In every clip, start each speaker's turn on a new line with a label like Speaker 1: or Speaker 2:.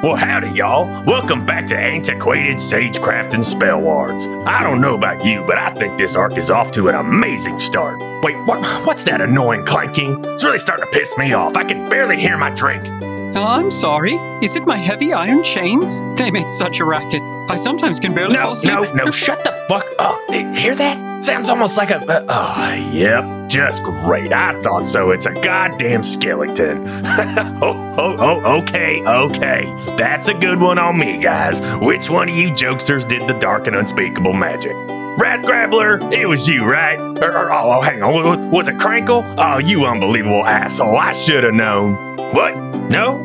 Speaker 1: Well, howdy, y'all. Welcome back to Antiquated Sagecraft and Spell Wards. I don't know about you, but I think this arc is off to an amazing start. Wait, what, what's that annoying clanking? It's really starting to piss me off. I can barely hear my drink.
Speaker 2: Oh, I'm sorry. Is it my heavy iron chains? They make such a racket. I sometimes can barely fall
Speaker 1: No,
Speaker 2: asleep.
Speaker 1: no, no, shut the fuck up. Hey, Hear that? Sounds almost like a. Uh, oh, yep, just great. I thought so. It's a goddamn skeleton. oh, oh, oh, okay, okay. That's a good one on me, guys. Which one of you jokesters did the dark and unspeakable magic? Rat Grabbler, it was you, right? Or, or- oh, oh, hang on. wa- wa- Was it Crankle? Oh, you unbelievable asshole. I should have known. What? No?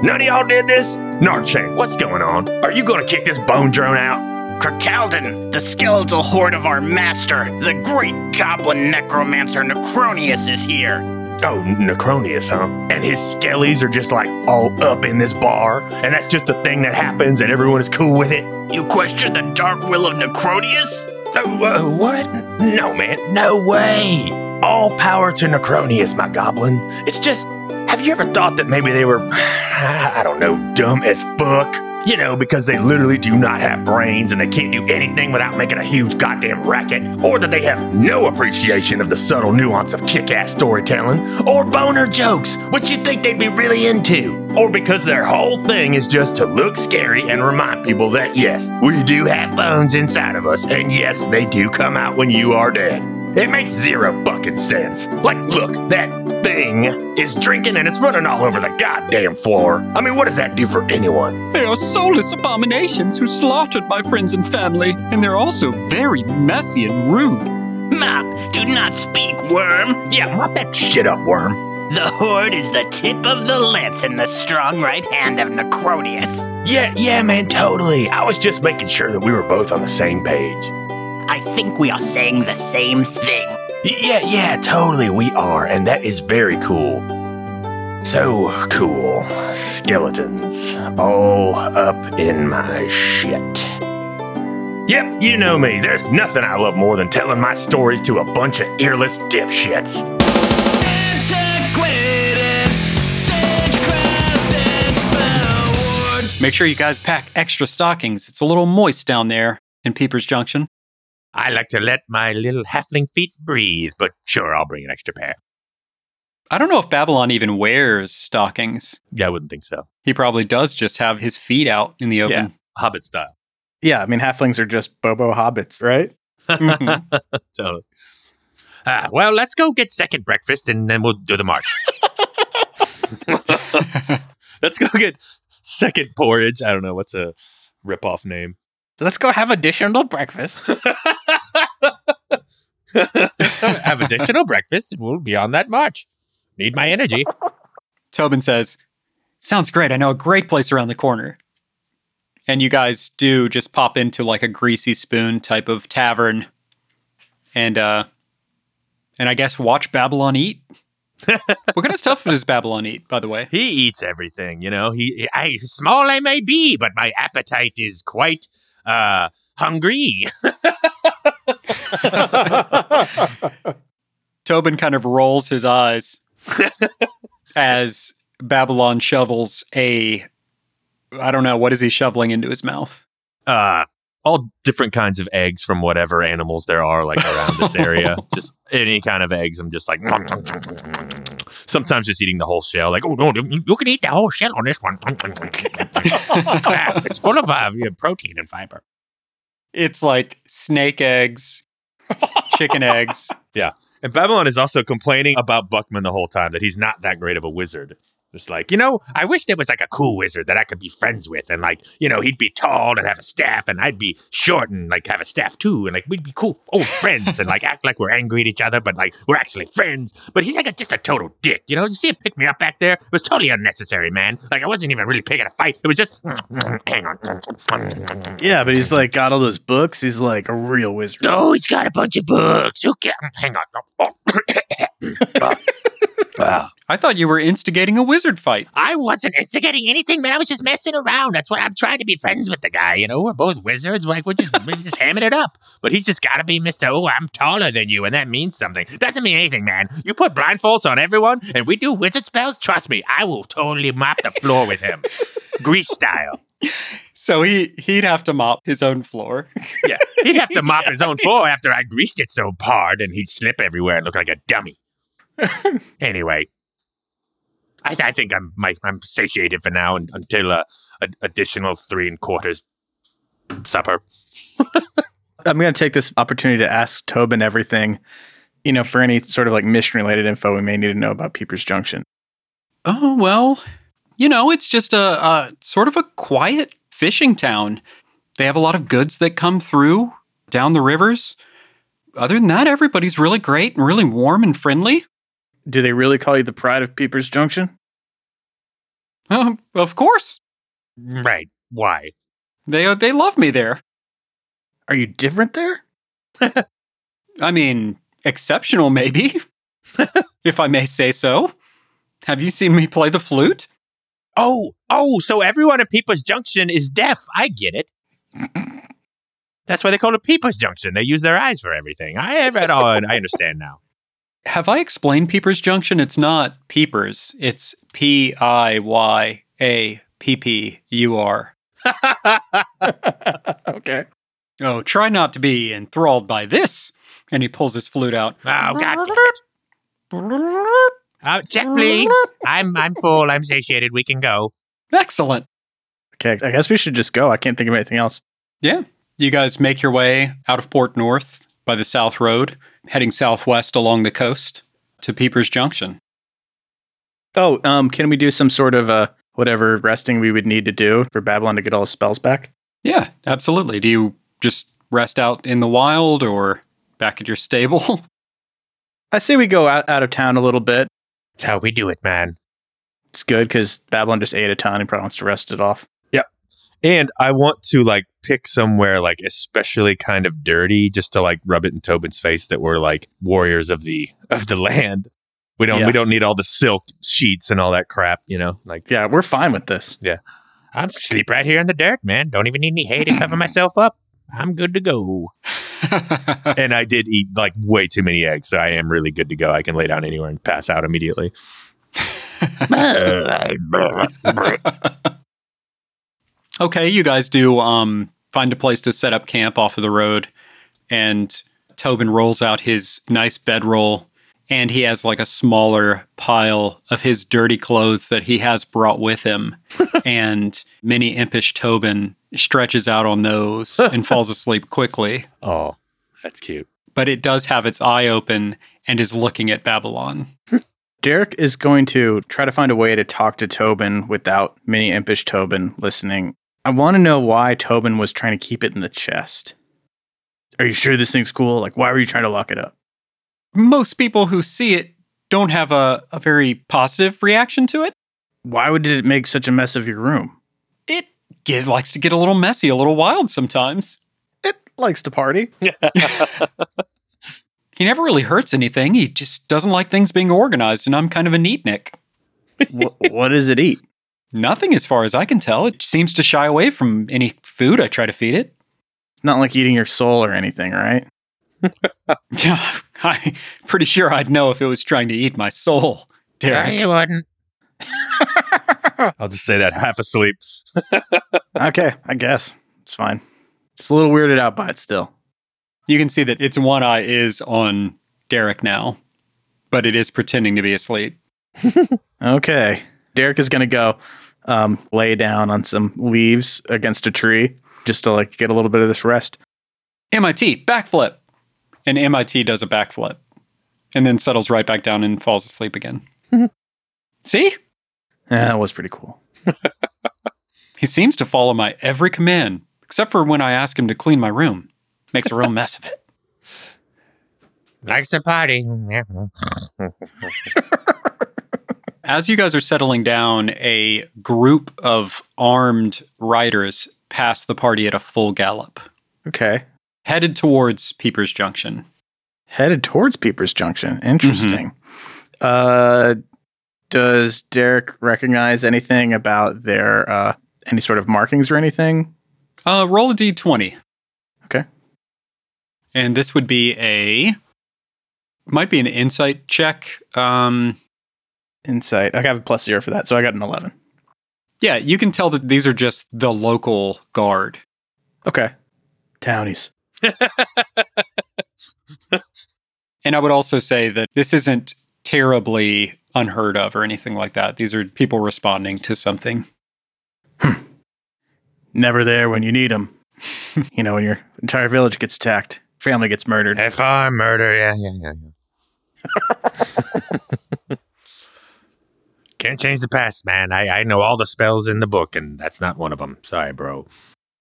Speaker 1: None of y'all did this? Narchank, what's going on? Are you gonna kick this bone drone out?
Speaker 3: Krakaldin, the skeletal horde of our master, the great goblin necromancer Necronius is here.
Speaker 1: Oh, Necronius, huh? And his skellies are just like all up in this bar, and that's just the thing that happens, and everyone is cool with it.
Speaker 3: You question the dark will of Necronius?
Speaker 1: Oh, uh, what? No, man, no way. All power to Necronius, my goblin. It's just, have you ever thought that maybe they were, I don't know, dumb as fuck? You know, because they literally do not have brains and they can't do anything without making a huge goddamn racket, or that they have no appreciation of the subtle nuance of kick ass storytelling, or boner jokes, which you'd think they'd be really into, or because their whole thing is just to look scary and remind people that yes, we do have bones inside of us, and yes, they do come out when you are dead. It makes zero fucking sense. Like, look, that thing is drinking and it's running all over the goddamn floor. I mean, what does that do for anyone?
Speaker 2: They are soulless abominations who slaughtered my friends and family, and they're also very messy and rude.
Speaker 3: Mop, do not speak, worm.
Speaker 1: Yeah, mop that shit up, worm.
Speaker 3: The horde is the tip of the lance in the strong right hand of Necronius.
Speaker 1: Yeah, yeah, man, totally. I was just making sure that we were both on the same page.
Speaker 3: I think we are saying the same thing.
Speaker 1: Y- yeah, yeah, totally, we are, and that is very cool. So cool. Skeletons all up in my shit. Yep, you know me. There's nothing I love more than telling my stories to a bunch of earless dipshits.
Speaker 2: Make sure you guys pack extra stockings. It's a little moist down there in Peepers Junction.
Speaker 4: I like to let my little halfling feet breathe, but sure, I'll bring an extra pair.
Speaker 2: I don't know if Babylon even wears stockings.
Speaker 4: Yeah, I wouldn't think so.
Speaker 2: He probably does just have his feet out in the open.
Speaker 4: Hobbit style.
Speaker 5: Yeah, I mean, halflings are just Bobo hobbits, right?
Speaker 2: Mhm.
Speaker 4: So, ah, well, let's go get second breakfast and then we'll do the march. let's go get second porridge. I don't know. What's a ripoff name?
Speaker 5: Let's go have additional breakfast.
Speaker 4: Have additional breakfast and we'll be on that march. Need my energy.
Speaker 2: Tobin says, Sounds great. I know a great place around the corner. And you guys do just pop into like a greasy spoon type of tavern and uh and I guess watch Babylon eat. what kind of stuff does Babylon eat, by the way?
Speaker 4: He eats everything, you know. He, he- I small I may be, but my appetite is quite uh hungry.
Speaker 2: Tobin kind of rolls his eyes as Babylon shovels a I don't know, what is he shoveling into his mouth?
Speaker 4: uh all different kinds of eggs from whatever animals there are like around this area just any kind of eggs i'm just like sometimes just eating the whole shell like oh no you you can eat the whole shell on this one Ah, it's full of uh, protein and fiber
Speaker 2: It's like snake eggs, chicken eggs.
Speaker 4: and babylon is also complaining about buckman the whole time that he's not that great of a wizard just like you know i wish there was like a cool wizard that i could be friends with and like you know he'd be tall and have a staff and i'd be short and like have a staff too and like we'd be cool old friends and like act like we're angry at each other but like we're actually friends but he's like a, just a total dick you know you see him pick me up back there it was totally unnecessary man like i wasn't even really picking a fight it was just hang on
Speaker 5: yeah, but he's like got all those books. He's like a real wizard.
Speaker 4: oh he's Oh, got a bunch of books who can hang on Ah. Ah.
Speaker 2: I thought you were instigating a wizard fight.
Speaker 1: I wasn't instigating anything, man. I was just messing around. That's what I'm trying to be friends with the guy. You know, we're both wizards. Like we're just we're just hamming it up. But he's just got to be Mister. Oh, I'm taller than you, and that means something. Doesn't mean anything, man. You put blindfolds on everyone, and we do wizard spells. Trust me, I will totally mop the floor with him, grease style.
Speaker 2: So he he'd have to mop his own floor.
Speaker 1: Yeah, he'd have to mop his own floor after I greased it so hard, and he'd slip everywhere and look like a dummy. anyway, I, I think I'm my, I'm satiated for now and, until uh, a additional three and quarters supper.
Speaker 5: I'm going to take this opportunity to ask Tobin everything, you know, for any sort of like mission related info we may need to know about Peepers Junction.
Speaker 2: Oh, well, you know, it's just a, a sort of a quiet fishing town. They have a lot of goods that come through down the rivers. Other than that, everybody's really great and really warm and friendly.
Speaker 5: Do they really call you the pride of Peepers Junction?
Speaker 2: Um, of course,
Speaker 1: Right? Why?
Speaker 2: they they love me there.
Speaker 5: Are you different there?
Speaker 2: I mean, exceptional maybe, if I may say so. Have you seen me play the flute?
Speaker 1: Oh, oh! So everyone at People's Junction is deaf. I get it. That's why they call it People's Junction. They use their eyes for everything. I have read all, and I understand now.
Speaker 2: Have I explained Peepers Junction? It's not Peepers. It's P I Y A P P U R.
Speaker 5: Okay.
Speaker 2: Oh, try not to be enthralled by this. And he pulls his flute out.
Speaker 1: Oh God! damn it. Uh, check, please. I'm I'm full. I'm satiated. We can go.
Speaker 2: Excellent.
Speaker 5: Okay. I guess we should just go. I can't think of anything else.
Speaker 2: Yeah. You guys make your way out of Port North by the South Road, heading southwest along the coast to Peepers Junction.
Speaker 5: Oh, um, can we do some sort of uh, whatever resting we would need to do for Babylon to get all his spells back?
Speaker 2: Yeah, absolutely. Do you just rest out in the wild or back at your stable?
Speaker 5: I say we go out, out of town a little bit.
Speaker 1: That's how we do it, man.
Speaker 5: It's good because Babylon just ate a ton. He probably wants to rest it off.
Speaker 1: And I want to like pick somewhere like especially kind of dirty just to like rub it in Tobin's face that we're like warriors of the of the land. We don't
Speaker 5: Yeah.
Speaker 1: we don't need all the silk sheets and all that crap, you know? Like
Speaker 5: Yeah, we're fine with this.
Speaker 1: I'm sleep right here in the dirt, man. Don't even need any hay to cover myself up. I'm good to go. And I did eat like way too many eggs, so I am really good to go. I can lay down anywhere and pass out immediately.
Speaker 2: okay, you guys do um, find a place to set up camp off of the road, and Tobin rolls out his nice bedroll, and he has like a smaller pile of his dirty clothes that he has brought with him, and mini impish Tobin stretches out on those and falls asleep quickly.
Speaker 1: oh, that's cute.
Speaker 2: But it does have its eye open and is looking at Babylon.
Speaker 5: Derek is going to try to find a way to talk to Tobin without mini impish Tobin listening. I want to know why Tobin was trying to keep it in the chest. Are you sure this thing's cool? Like, why were you trying to lock it up?
Speaker 2: most people who see it don't have a, a very positive reaction to it.
Speaker 5: Why would it make such a mess of your room?
Speaker 2: It get, likes to get a little messy, a little wild sometimes.
Speaker 5: It likes to party.
Speaker 2: He never really hurts anything. He just doesn't like things being organized, and I'm kind of a neatnik.
Speaker 5: Wh- what does it eat?
Speaker 2: Nothing, as far as I can tell. It seems to shy away from any food I try to feed it.
Speaker 5: It's not like eating your soul or anything, right?
Speaker 2: Yeah, I'm pretty sure I'd know if it was trying to eat my soul.
Speaker 1: No,
Speaker 2: Derek.
Speaker 1: you wouldn't. I'll just say that half asleep.
Speaker 5: okay, I guess. It's fine. It's a little weirded out by it still.
Speaker 2: You can see that its one eye is on Derek now, but it is pretending to be asleep.
Speaker 5: Okay. Derek is going to go um, lay down on some leaves against a tree just to like get a little bit of this rest.
Speaker 2: MIT, backflip. And MIT does a backflip and then settles right back down and falls asleep again. See?
Speaker 5: Yeah, Eh, that was pretty cool.
Speaker 2: He seems to follow my every command, except for when I ask him to clean my room. Makes a real mess of it.
Speaker 1: Likes to party.
Speaker 2: As you guys are settling down, a group of armed riders pass the party at a full gallop,
Speaker 5: Okay.
Speaker 2: headed towards Peepers Junction.
Speaker 5: Headed towards Peepers Junction. Interesting. Uh, Does Derek recognize anything about their uh, any sort of markings or anything?
Speaker 2: Uh, roll a d20.
Speaker 5: Okay.
Speaker 2: And this would be a might be an insight check. Um,
Speaker 5: Insight. I have a plus zero for that, so I got an eleven.
Speaker 2: yeah, you can tell that these are just the local guard.
Speaker 5: Okay. Townies.
Speaker 2: And I would also say that this isn't terribly unheard of or anything like that. These are people responding to something.
Speaker 5: Never there when you need them. you know, when your entire village gets attacked, family gets murdered.
Speaker 1: If I murder, yeah, yeah, yeah, yeah. Can't change the past, man. I, I know all the spells in the book, and that's not one of them. Sorry, bro.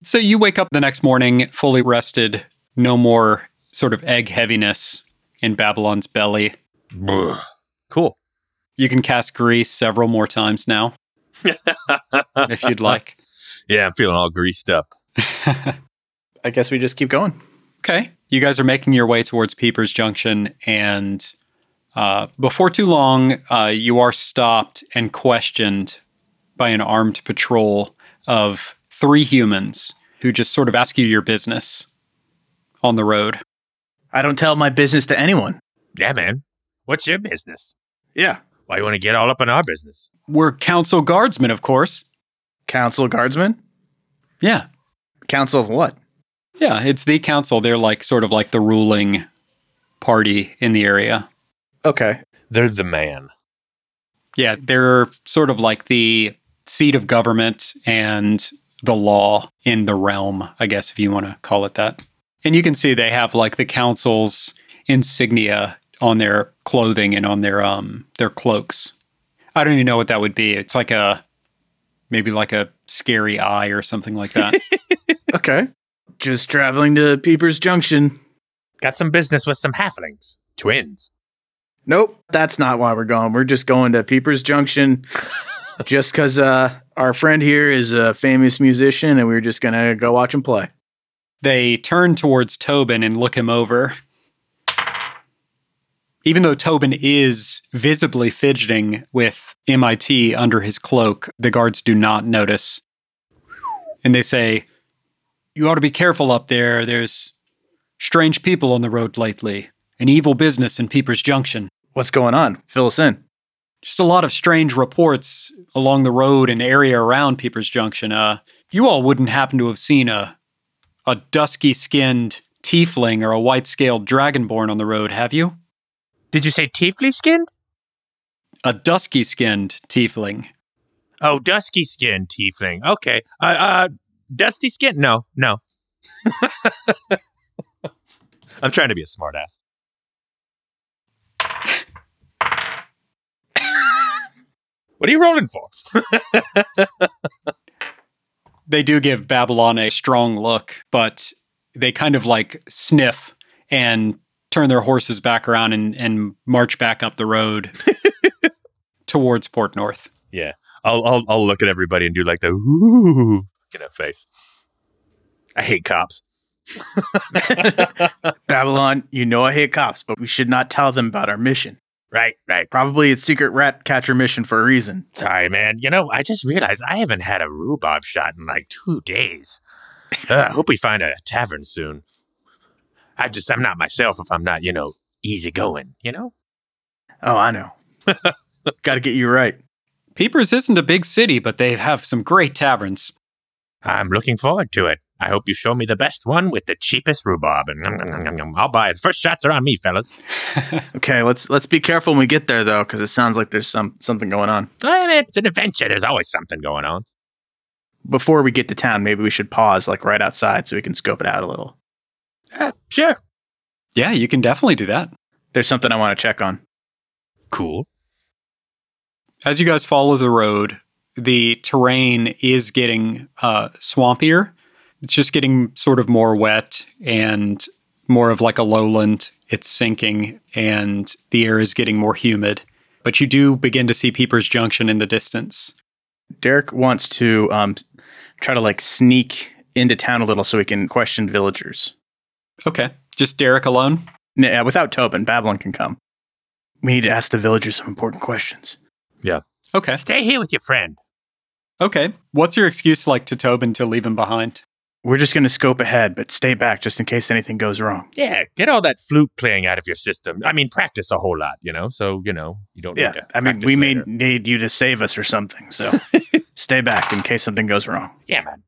Speaker 2: So you wake up the next morning fully rested, no more sort of egg heaviness in Babylon's belly.
Speaker 1: Ugh. Cool.
Speaker 2: You can cast grease several more times now if you'd like.
Speaker 1: Yeah, I'm feeling all greased up.
Speaker 5: I guess we just keep going.
Speaker 2: Okay. You guys are making your way towards Peepers Junction, and uh, before too long, uh, you are stopped and questioned by an armed patrol of three humans who just sort of ask you your business on the road.
Speaker 5: I don't tell my business to anyone.
Speaker 1: Yeah, man. What's your business?
Speaker 5: Yeah.
Speaker 1: Why you want to get all up in our business?
Speaker 2: We're council guardsmen, of course.
Speaker 5: Council guardsman?
Speaker 2: Yeah.
Speaker 5: Council of what?
Speaker 2: Yeah. It's the council. They're like sort of like the ruling party in the area.
Speaker 5: Okay.
Speaker 1: They're the man.
Speaker 2: Yeah. They're sort of like the seat of government and the law in the realm, I guess, if you want to call it that. And you can see they have like the council's insignia on their clothing and on their um their cloaks. I don't even know what that would be. It's like a maybe like a scary eye or something like that.
Speaker 5: Okay. just traveling to Peepers Junction.
Speaker 1: Got some business with some halflings, twins.
Speaker 5: Nope, that's not why we're going. We're just going to Peepers Junction just because uh, our friend here is a famous musician and we were just going to go watch him play.
Speaker 2: they turn towards Tobin and look him over. Even though Tobin is visibly fidgeting with MIT under his cloak, the guards do not notice. And they say, You ought to be careful up there. There's strange people on the road lately, an evil business in Peepers Junction.
Speaker 5: What's going on? Fill us in.
Speaker 2: Just a lot of strange reports along the road and area around Peepers Junction. Uh, you all wouldn't happen to have seen a a dusky skinned tiefling or a white scaled dragonborn on the road, have you?
Speaker 1: Did you say tiefly skinned?
Speaker 2: A dusky skinned tiefling.
Speaker 1: Oh, dusky skinned tiefling. Okay. Uh, uh, dusty skin? No, no. I'm trying to be a smartass. what are you rolling for?
Speaker 2: They do give Babylon a strong look, but they kind of like sniff and turn their horses back around and, and march back up the road towards Port North.
Speaker 1: Yeah. I'll, I'll, I'll look at everybody and do like the ooh in that face. I hate cops.
Speaker 5: Babylon, you know I hate cops, but we should not tell them about our mission.
Speaker 1: Right, right.
Speaker 5: Probably it's secret rat catcher mission for a reason.
Speaker 1: Sorry, man. You know, I just realized I haven't had a rhubarb shot in like two days. Uh, I hope we find a tavern soon. I just, I'm not myself if I'm not, you know, easygoing, you know?
Speaker 5: Oh, I know. Got to get you right.
Speaker 2: Peepers isn't a big city, but they have some great taverns.
Speaker 1: I'm looking forward to it. I hope you show me the best one with the cheapest rhubarb. And nom, nom, nom, nom, nom. I'll buy it. First shots are on me, fellas.
Speaker 5: Okay, let's let's be careful when we get there though, because it sounds like there's some something going on.
Speaker 1: Oh, man, It's an adventure. There's always something going on.
Speaker 5: Before we get to town, maybe we should pause like right outside so we can scope it out a little.
Speaker 1: Uh, sure.
Speaker 2: Yeah, you can definitely do that.
Speaker 5: There's something I want to check on.
Speaker 1: Cool.
Speaker 2: as you guys follow the road, the terrain is getting uh, swampier. It's just getting sort of more wet and more of like a lowland. It's sinking and the air is getting more humid. But you do begin to see Peepers Junction in the distance.
Speaker 5: Derek wants to um, try to like sneak into town a little so he can question villagers.
Speaker 2: Okay. Just Derek alone?
Speaker 5: N- uh, without Tobin, Babylon can come. We need to ask the villagers some important questions.
Speaker 2: Okay.
Speaker 1: Stay here with your friend.
Speaker 2: Okay. What's your excuse like to Tobin to leave him behind?
Speaker 5: We're just going to scope ahead, but stay back just in case anything goes wrong.
Speaker 1: Yeah, get all that flute playing out of your system. I mean, practice a whole lot, you know. So you know you don't.
Speaker 5: Yeah,
Speaker 1: need to
Speaker 5: I mean,
Speaker 1: practice
Speaker 5: we may
Speaker 1: later.
Speaker 5: need you to save us or something. So stay back in case something goes wrong.
Speaker 1: Yeah, man.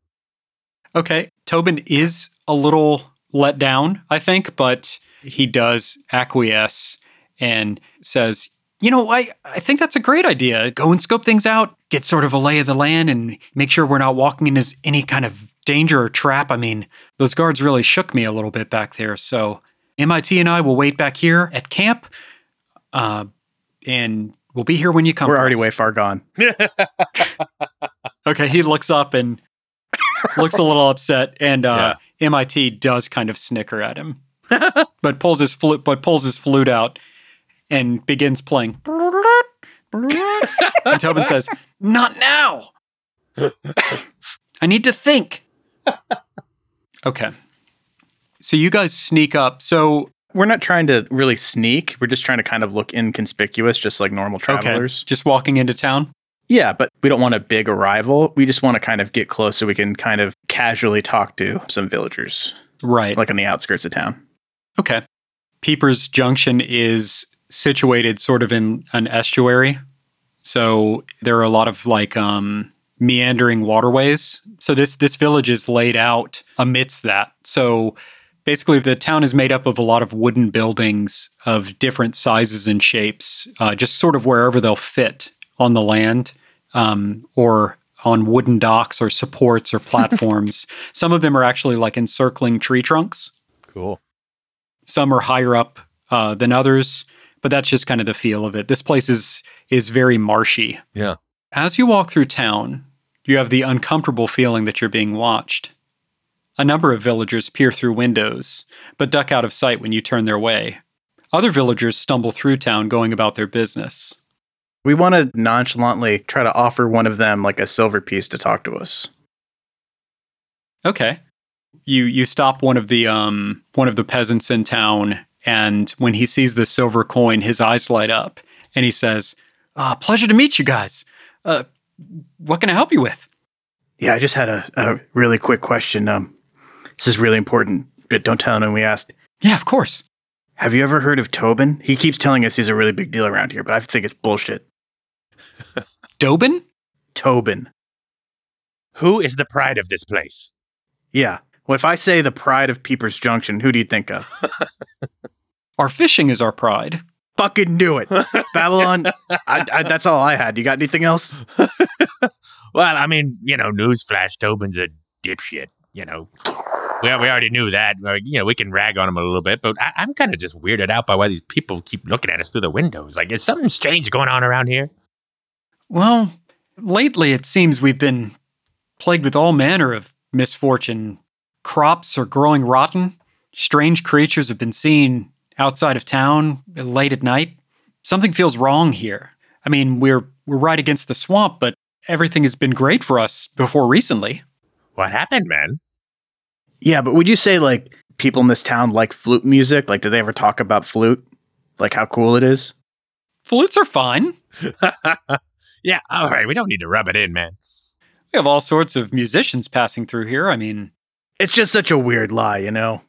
Speaker 2: Okay. Tobin is a little let down, I think, but he does acquiesce and says, you know, I, I think that's a great idea. Go and scope things out, get sort of a lay of the land, and make sure we're not walking into s- any kind of danger or trap. I mean, those guards really shook me a little bit back there. So MIT and I will wait back here at camp, uh, and we'll be here when you come.
Speaker 5: We're
Speaker 2: for
Speaker 5: already
Speaker 2: us."
Speaker 5: way far gone.
Speaker 2: Okay, he looks up and looks a little upset, and uh, MIT does kind of snicker at him, but pulls his flute, but pulls his flute out and begins playing. and Tobin says, "Not now. I need to think." Okay, so you guys sneak up. So
Speaker 5: We're not trying to really sneak. We're just trying to kind of look inconspicuous, just like normal
Speaker 2: okay,
Speaker 5: travelers.
Speaker 2: just walking into town.
Speaker 5: Yeah, but we don't want a big arrival. We just want to kind of get close so we can kind of casually talk to some villagers,
Speaker 2: Right.
Speaker 5: like on the outskirts of town.
Speaker 2: Okay. Peepers Junction is situated sort of in an estuary. So there are a lot of like um, meandering waterways. So this this village is laid out amidst that. So basically, the town is made up of a lot of wooden buildings of different sizes and shapes, uh, just sort of wherever they'll fit on the land um, or on wooden docks or supports or platforms. Some of them are actually like encircling tree trunks
Speaker 1: Cool.
Speaker 2: some are higher up uh, than others but that's just kind of the feel of it this place is is very marshy
Speaker 1: Yeah.
Speaker 2: as you walk through town you have the uncomfortable feeling that you're being watched a number of villagers peer through windows but duck out of sight when you turn their way other villagers stumble through town going about their business
Speaker 5: We want to nonchalantly try to offer one of them like a silver piece to talk to us.
Speaker 2: Okay. You you stop one of the um one of the peasants in town, and when he sees the silver coin, his eyes light up, and he says, uh, "Pleasure to meet you guys. Uh, what can I help you with?"
Speaker 5: Yeah, I just had a, a really quick question. Um, this is really important, but don't tell anyone we asked.
Speaker 2: Yeah, of course.
Speaker 5: Have you ever heard of Tobin? He keeps telling us he's a really big deal around here, but I think it's bullshit.
Speaker 2: Dobin.
Speaker 5: Tobin.
Speaker 1: Who is the pride of this place?
Speaker 5: Yeah. Well, if I say the pride of Peepers Junction, who do you think of?
Speaker 2: Our fishing is our pride.
Speaker 5: Fucking knew it. Babylon. I, I, that's all I had. You got anything else?
Speaker 1: Well, I mean, you know, newsflash, Tobin's a dipshit. You know, we, we already knew that. Like, you know, we can rag on him a little bit, but I, I'm kind of just weirded out by why these people keep looking at us through the windows. Like, is something strange going on around here?
Speaker 2: Well, lately it seems we've been plagued with all manner of misfortune. Crops are growing rotten. Strange creatures have been seen outside of town late at night. Something feels wrong here. I mean, we're we're right against the swamp, but everything has been great for us before recently.
Speaker 1: What happened, man?
Speaker 5: Yeah, but would you say like people in this town like flute music? Like, do they ever talk about flute? Like how cool it is?
Speaker 2: Flutes are fine.
Speaker 1: yeah, all right. We don't need to rub it in, man.
Speaker 2: We have all sorts of musicians passing through here. I mean,
Speaker 5: It's just such a weird lie, you know?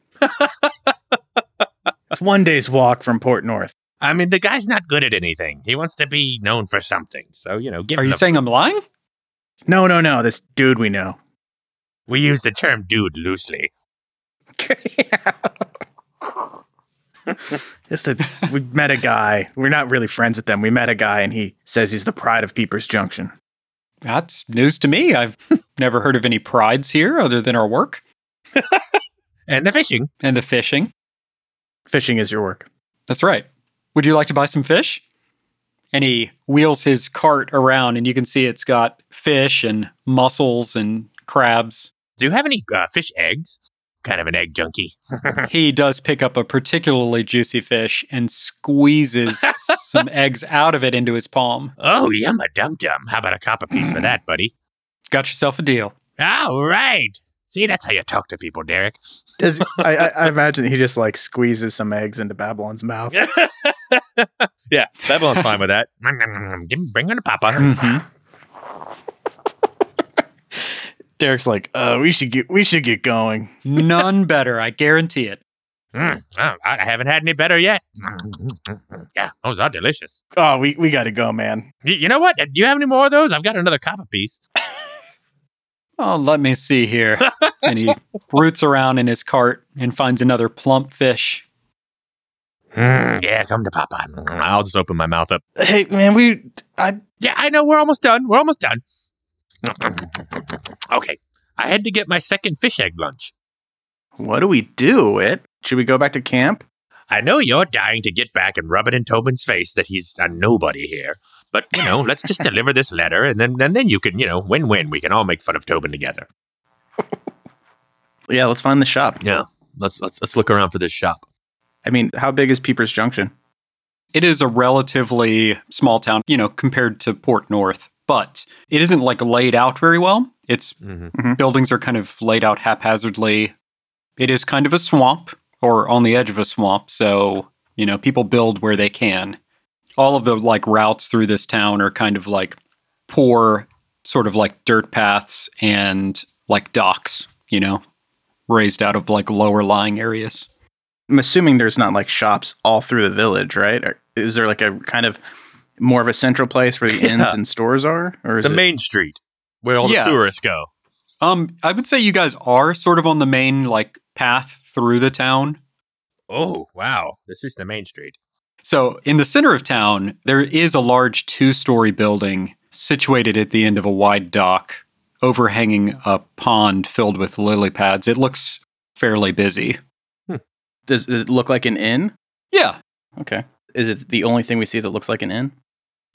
Speaker 5: it's one day's walk from Port North.
Speaker 1: I mean, the guy's not good at anything. He wants to be known for something. So, you know, give
Speaker 2: are
Speaker 1: him
Speaker 2: you
Speaker 1: the-
Speaker 2: saying I'm lying?
Speaker 5: No, no, no. This dude we know.
Speaker 1: we use the term dude loosely.
Speaker 5: Just a, we met a guy. We're not really friends with them. We met a guy, and he says he's the pride of Peepers Junction.
Speaker 2: That's news to me. I've never heard of any prides here other than our work
Speaker 1: And the fishing.
Speaker 2: and the fishing.
Speaker 5: Fishing is your work.
Speaker 2: That's right. Would you like to buy some fish? And he wheels his cart around, and you can see it's got fish and mussels and crabs.
Speaker 1: Do you have any uh, fish eggs? Kind of an egg junkie.
Speaker 2: He does pick up a particularly juicy fish and squeezes some eggs out of it into his palm.
Speaker 1: Oh, yum a dum dum. How about a copper piece for that, buddy?
Speaker 2: Got yourself a deal.
Speaker 1: All right. See, that's how you talk to people, Derek.
Speaker 5: Does I, I, I imagine he just like squeezes some eggs into Babylon's mouth?
Speaker 1: Yeah, Babylon's fine with that. Nom, nom, nom, nom. Give him- Bring on the Papa. Mm,
Speaker 5: Derek's like, uh, we should get we should get going.
Speaker 2: None better, I guarantee it.
Speaker 1: Mm, oh, I haven't had any better yet. Mm, Nom, nom, nom, nom, nom. Yeah, those are delicious.
Speaker 5: Oh, we, we gotta go, man.
Speaker 1: Y- You know what? Do you have any more of those? I've got another copper piece.
Speaker 2: Oh, let me see here. and he roots around in his cart and finds another plump fish.
Speaker 1: Mm, yeah, come to Papa. Mm, I'll just open my mouth up.
Speaker 5: Hey man, we I
Speaker 1: Yeah, I know. We're almost done. We're almost done. Okay. I had to get my second fish egg lunch.
Speaker 5: what do we do? It should we go back to camp?
Speaker 1: I know you're dying to get back and rub it in Tobin's face that he's a nobody here. But, you know, let's just deliver this letter and then and then you can, you know, win win. We can all make fun of Tobin together.
Speaker 5: Yeah, let's find the shop.
Speaker 1: Yeah. Let's let's let's look around for this shop.
Speaker 5: I mean, how big is Peepers Junction?
Speaker 2: It is a relatively small town, you know, compared to Port North, but it isn't like laid out very well. It's
Speaker 1: Mm-hmm.
Speaker 2: buildings are kind of laid out haphazardly. It is kind of a swamp or on the edge of a swamp, so you know, people build where they can. All of the like routes through this town are kind of like poor sort of like dirt paths and like docks, you know, raised out of like lower lying areas.
Speaker 5: I'm assuming there's not like shops all through the village, right? Or is there like a kind of more of a central place where the inns
Speaker 1: Yeah.
Speaker 5: and stores are? Or is
Speaker 1: The
Speaker 5: it-
Speaker 1: main street where all the
Speaker 2: Yeah.
Speaker 1: tourists go.
Speaker 2: Um I would say you guys are sort of on the main like path through the town.
Speaker 1: Oh, wow. This is the main street.
Speaker 2: So, in the center of town, there is a large two story building situated at the end of a wide dock overhanging a pond filled with lily pads. It looks fairly busy.
Speaker 5: does it look like an inn?
Speaker 2: Yeah.
Speaker 5: Okay. Is it the only thing we see that looks like an inn?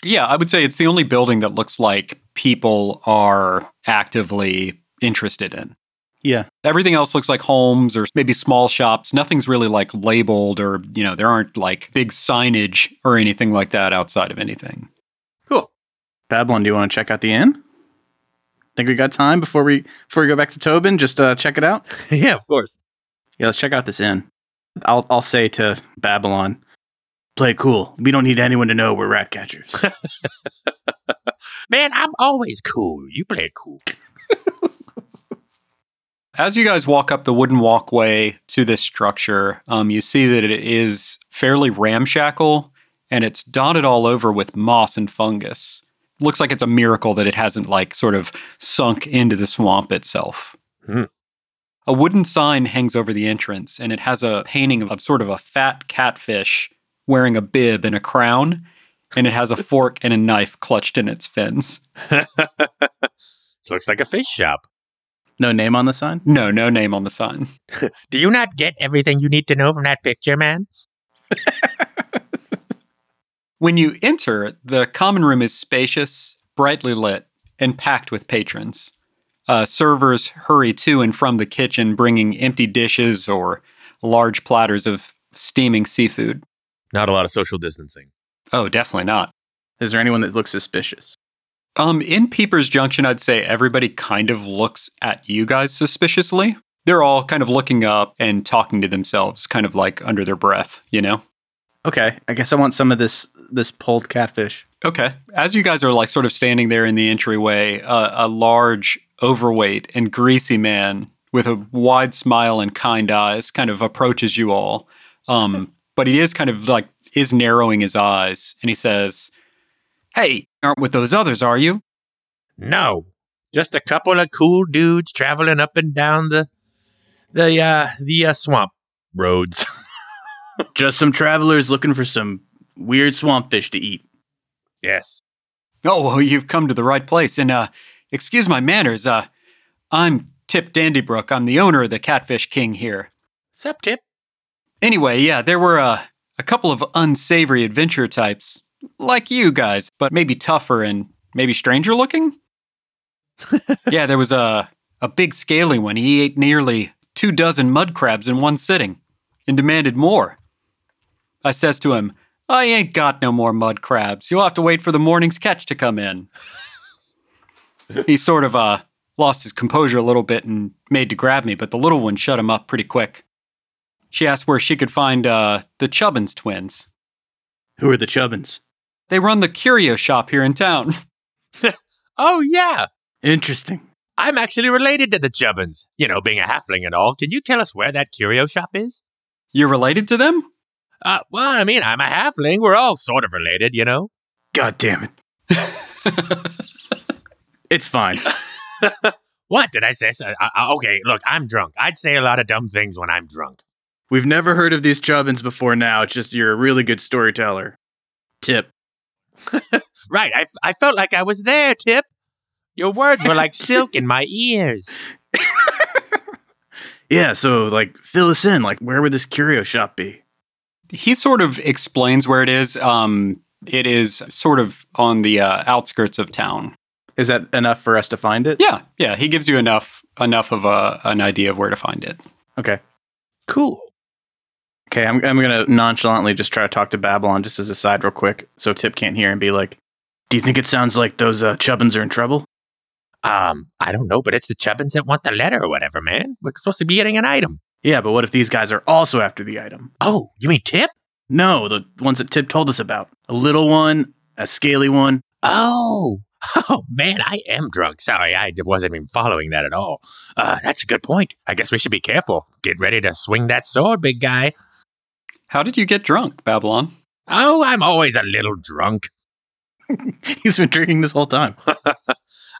Speaker 2: Yeah. I would say it's the only building that looks like people are actively interested in.
Speaker 5: Yeah.
Speaker 2: Everything else looks like homes or maybe small shops. Nothing's really like labeled or, you know, there aren't like big signage or anything like that outside of anything.
Speaker 5: Babylon, do you want to check out the inn? Think we got time before we before we go back to Tobin? Just uh, check it out.
Speaker 1: yeah, of course.
Speaker 5: Yeah, let's check out this inn. I'll I'll say to Babylon, play cool. We don't need anyone to know we're rat catchers.
Speaker 1: Man, I'm always cool. You play it cool.
Speaker 2: As you guys walk up the wooden walkway to this structure, um, you see that it is fairly ramshackle and it's dotted all over with moss and fungus. Looks like it's a miracle that it hasn't, like, sort of sunk into the swamp itself.
Speaker 1: Hmm.
Speaker 2: A wooden sign hangs over the entrance and it has a painting of sort of a fat catfish wearing a bib and a crown, and it has a fork and a knife clutched in its fins.
Speaker 1: This looks like a fish shop.
Speaker 5: no name on the sign.
Speaker 2: No, no name on the sign.
Speaker 1: Do you not get everything you need to know from that picture, man?
Speaker 2: When you enter, the common room is spacious, brightly lit, and packed with patrons. Uh, servers hurry to and from the kitchen, bringing empty dishes or large platters of steaming seafood.
Speaker 1: Not a lot of social distancing.
Speaker 2: Oh, definitely not.
Speaker 5: Is there anyone that looks suspicious?
Speaker 2: Um, in Peepers Junction, I'd say everybody kind of looks at you guys suspiciously. They're all kind of looking up and talking to themselves, kind of like under their breath, you know?
Speaker 5: Okay, I guess I want some of this this pulled catfish.
Speaker 2: Okay. As you guys are like sort of standing there in the entryway, uh, a large, overweight, and greasy man with a wide smile and kind eyes kind of approaches you all. Um, but he is kind of like, is narrowing his eyes and he says, Hey, aren't with those others, are you?
Speaker 1: No, just a couple of cool dudes traveling up and down the the uh, the uh, swamp roads.
Speaker 5: Just some travelers looking for some weird swamp fish to eat.
Speaker 1: yes.
Speaker 2: Oh, well, you've come to the right place. And uh, excuse my manners. Uh, I'm Tip Dandybrook. I'm the owner of the Catfish King here.
Speaker 1: Sup, Tip?
Speaker 2: Anyway, yeah, there were uh, a couple of unsavory adventure types, like you guys, but maybe tougher and maybe stranger looking. yeah, there was a a big scaly one. He ate nearly two dozen mud crabs in one sitting, and demanded more. I says to him, "I ain't got no more mud crabs. You'll have to wait for the morning's catch to come in." he sort of uh lost his composure a little bit and made to grab me, but the little one shut him up pretty quick. She asked where she could find uh, the Chubbins twins.
Speaker 5: Who are the Chubbins?
Speaker 2: They run the curio shop here in town.
Speaker 1: Oh, yeah.
Speaker 5: Interesting.
Speaker 1: I'm actually related to the Chubbins. You know, being a halfling and all. Can you tell us where that curio shop is?
Speaker 2: You're related to them?
Speaker 1: Uh, well, I mean, I'm a halfling. We're all sort of related, you know?
Speaker 5: God damn it. it's fine.
Speaker 1: What did I say? So- I- I- uh, okay, look, I'm drunk. I'd say a lot of dumb things when I'm drunk.
Speaker 5: We've never heard of these Chubbins before now. It's just you're a really good storyteller. Tip.
Speaker 1: Right. I, f- I felt like I was there, Tip. Your words were like silk in my ears.
Speaker 5: Yeah, so like fill us in. Like where would this curio shop be?
Speaker 2: he sort of explains where it is. Um, it is sort of on the uh, outskirts of town.
Speaker 5: Is that enough for us to find it?
Speaker 2: Yeah, yeah. He gives you enough enough of a, an idea of where to find it.
Speaker 5: Okay.
Speaker 1: Cool.
Speaker 5: Okay, I'm I'm gonna nonchalantly just try to talk to Babylon just as a side real quick so Tip can't hear and be like, Do you think it sounds like those uh, Chubbins are in trouble?
Speaker 1: Um, I don't know, but it's the Chubbins that want the letter or whatever, man. We're supposed to be getting an item.
Speaker 5: Yeah, but what if these guys are also after the item?
Speaker 1: Oh, you mean Tip?
Speaker 5: No, the ones that Tip told us about. A little one, a scaly one.
Speaker 1: Oh, oh man, I am drunk. Sorry, I d- wasn't even following that at all. Uh, that's a good point. I guess we should be careful. Get ready to swing that sword, big guy.
Speaker 2: How did you get drunk, Babylon?
Speaker 1: Oh, I'm always a little drunk.
Speaker 5: He's been drinking this whole time.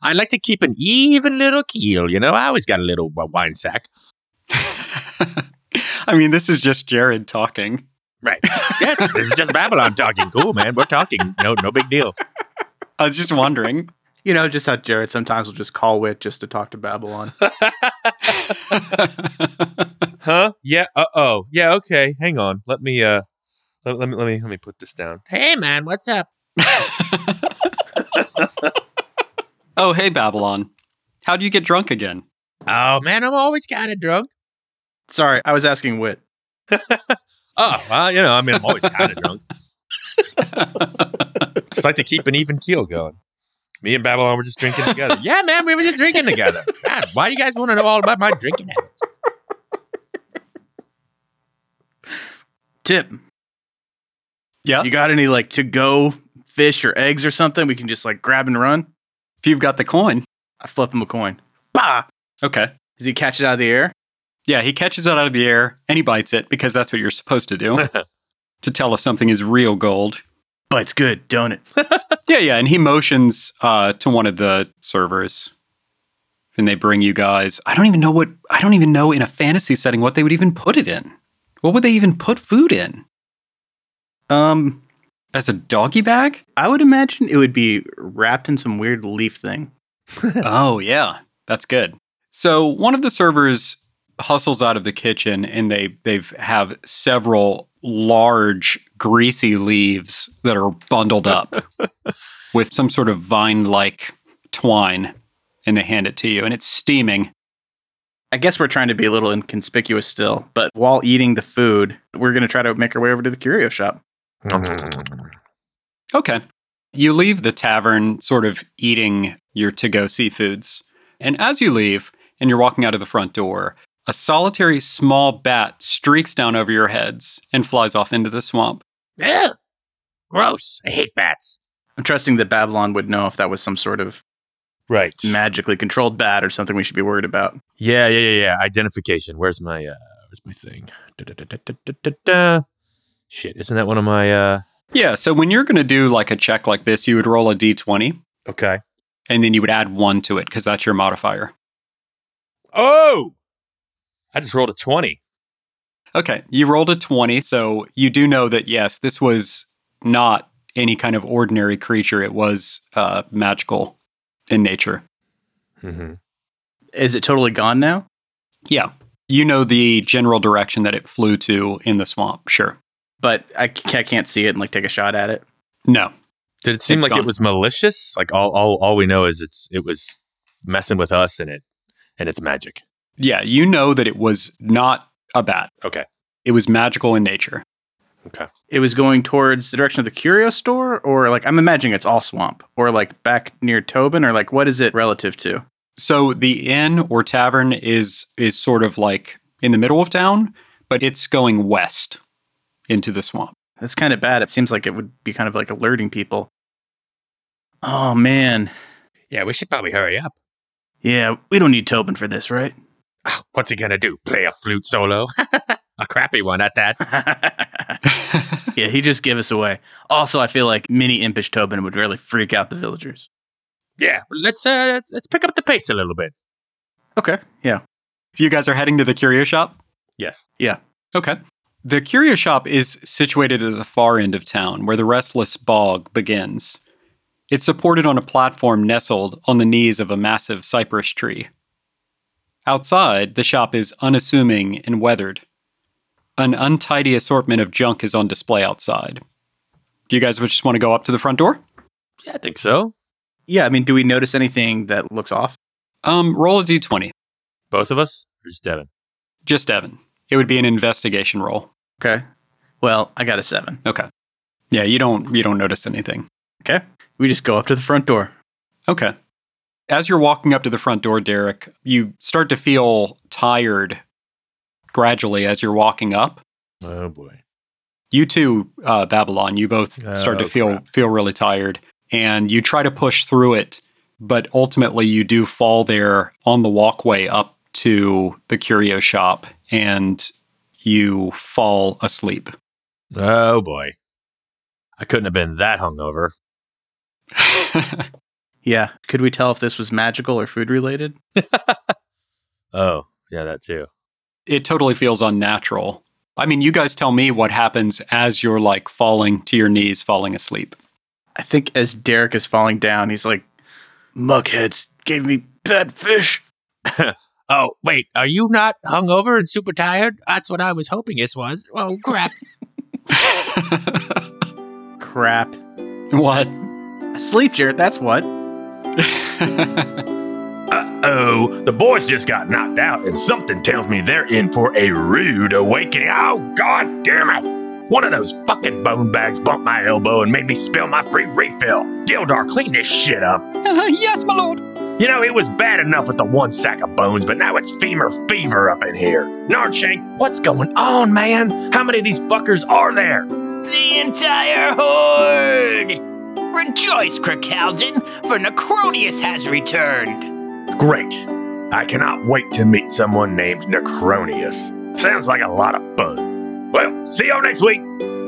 Speaker 1: I like to keep an even little keel, you know. I always got a little uh, wine sack.
Speaker 2: I mean, this is just Jared talking.
Speaker 1: Right. Yes, this is just Babylon talking. Cool, man. We're talking. No, no big deal.
Speaker 2: I was just wondering.
Speaker 5: You know, just how Jared sometimes will just call Wit just to talk to Babylon.
Speaker 1: Huh? Yeah. Uh oh. Yeah. Okay. Hang on. Let me. Uh. Let, let me. Let me. Let me put this down. Hey, man. What's up?
Speaker 2: oh, hey, Babylon. How do you get drunk again?
Speaker 1: Oh man, I'm always kind of drunk.
Speaker 5: Sorry, I was asking Wit.
Speaker 1: Oh well, you know. I mean, I'm always kind of drunk. It's like to keep an even keel going. Me and Babylon were just drinking together. yeah, man. We were just drinking together. God, why do you guys want to know all about my drinking habits?
Speaker 5: Tip,
Speaker 2: yeah.
Speaker 5: you got any like to go fish or eggs or something? We can just like grab and run.
Speaker 2: if you've got the coin.
Speaker 5: I flip him a coin. Bah!
Speaker 2: Okay.
Speaker 5: Does he catch it out of the air?
Speaker 2: Yeah, he catches it out of the air and he bites it because that's what you're supposed to do to tell if something is real gold.
Speaker 5: Bite's good, don't it?
Speaker 2: Yeah, yeah, and he motions uh, to one of the servers, and they bring you guys. I don't even know what I don't even know in a fantasy setting what they would even put it in. What would they even put food in?
Speaker 5: Um,
Speaker 2: As a doggy bag?
Speaker 5: I would imagine it would be wrapped in some weird leaf thing.
Speaker 2: oh yeah, that's good. So one of the servers hustles out of the kitchen, and they they've have several large greasy leaves that are bundled up with some sort of vine like twine, and they hand it to you, and it's steaming.
Speaker 5: I guess we're trying to be a little inconspicuous still, but while eating the food, we're going to try to make our way over to the curio shop.
Speaker 2: Okay. You leave the tavern sort of eating your to go seafoods. And as you leave and you're walking out of the front door, a solitary small bat streaks down over your heads and flies off into the swamp.
Speaker 1: Ugh. Gross. I hate bats.
Speaker 5: I'm trusting that Babylon would know if that was some sort of
Speaker 1: Right.
Speaker 5: magically controlled bat or something we should be worried about.
Speaker 1: Yeah, yeah, yeah, yeah. Identification. Where's my uh where's my thing? Da-da-da-da-da-da-da. Shit, isn't that one of my uh
Speaker 2: Yeah, so when you're going to do like a check like this, you would roll a d20
Speaker 1: Okay.
Speaker 2: and then you would add one to it because that's your modifier.
Speaker 1: Oh I just rolled a twenty.
Speaker 2: Okay, you rolled a 20, so you do know that yes, this was not any kind of ordinary creature. It was uh, magical in nature.
Speaker 1: Mm-hmm.
Speaker 5: Is it totally gone now?
Speaker 2: Yeah. You know the general direction that it flew to in the swamp, sure.
Speaker 5: But I, c- I can't see it and like take a shot at it.
Speaker 2: No.
Speaker 1: Did it seem
Speaker 2: It's
Speaker 1: like
Speaker 2: gone.
Speaker 1: it was malicious? Like all, all all we know is it's it was messing with us and it and it's magic.
Speaker 2: Yeah, you know that it was not a bat.
Speaker 1: Okay.
Speaker 2: It was magical in nature.
Speaker 1: Okay.
Speaker 5: It was going towards the direction of the curio store, or like I'm imagining it's all swamp, or like back near Tobin, or like what is it relative to?
Speaker 2: So the inn or tavern is is sort of like in the middle of town, but it's going west into the swamp.
Speaker 5: That's kind of bad. It seems like it would be kind of like alerting people. Oh, man.
Speaker 1: Yeah, we should probably hurry up.
Speaker 5: Yeah, we don't need Tobin for this, right?
Speaker 1: What's he gonna do? Play a flute solo? a crappy one at that.
Speaker 5: yeah, he just gave us away. Also, I feel like mini impish Tobin would really freak out the villagers.
Speaker 1: Yeah, let's uh, let's, let's pick up the pace a little bit.
Speaker 5: Okay. Yeah.
Speaker 2: You guys are heading to the curio shop?
Speaker 1: Yes.
Speaker 2: Okay. The curio shop is situated at the far end of town where the restless bog begins. It's supported on a platform nestled on the knees of a massive cypress tree. Outside, the shop is unassuming and weathered. An untidy assortment of junk is on display outside. Do you guys just want to go up to the front door?
Speaker 1: Yeah, I think so.
Speaker 5: Yeah. I mean, do we notice anything that looks off?
Speaker 2: Um, roll a d20.
Speaker 1: Both of us, or just Devin?
Speaker 2: Just Evan. It would be an investigation roll.
Speaker 5: Okay. Well, I got a seven.
Speaker 2: Okay. Yeah, you don't you don't notice anything.
Speaker 5: Okay. We just go up to the front door.
Speaker 2: Okay. As you're walking up to the front door, Derek, you start to feel tired gradually as you're walking up.
Speaker 1: Oh boy.
Speaker 2: You too, uh, Babylon, you both start
Speaker 1: Oh,
Speaker 2: to feel
Speaker 1: crap.
Speaker 2: feel really tired and you try to push through it, but ultimately you do fall there on the walkway up to the curio shop and you fall asleep.
Speaker 1: Oh boy. I couldn't have been that hungover.
Speaker 5: Yeah. Could we tell if this was magical or food related?
Speaker 1: Oh, yeah, that too.
Speaker 2: it totally feels unnatural. I mean, you guys tell me what happens as you're like falling to your knees, falling asleep.
Speaker 5: I think as Derek is falling down, he's like, Muckheads gave me bad fish.
Speaker 1: Oh, wait, are you not hungover and super tired? That's what I was hoping this was. Oh crap.
Speaker 5: Crap.
Speaker 2: What?
Speaker 5: Sleep, Jared. That's what.
Speaker 6: Oh, the boys just got knocked out, and something tells me they're in for a rude awakening. Oh, god damn it! One of those fucking bone bags bumped my elbow and made me spill my free refill. Dildar, clean this shit up.
Speaker 2: yes, my lord.
Speaker 6: You know, it was bad enough with the one sack of bones, but now it's femur fever up in here. Nardshank, what's going on, man? How many of these fuckers are there?
Speaker 3: The entire horde! Rejoice, Krakaldin, for Necronius has returned!
Speaker 6: Great. I cannot wait to meet someone named Necronius. Sounds like a lot of fun. Well, see y'all next week.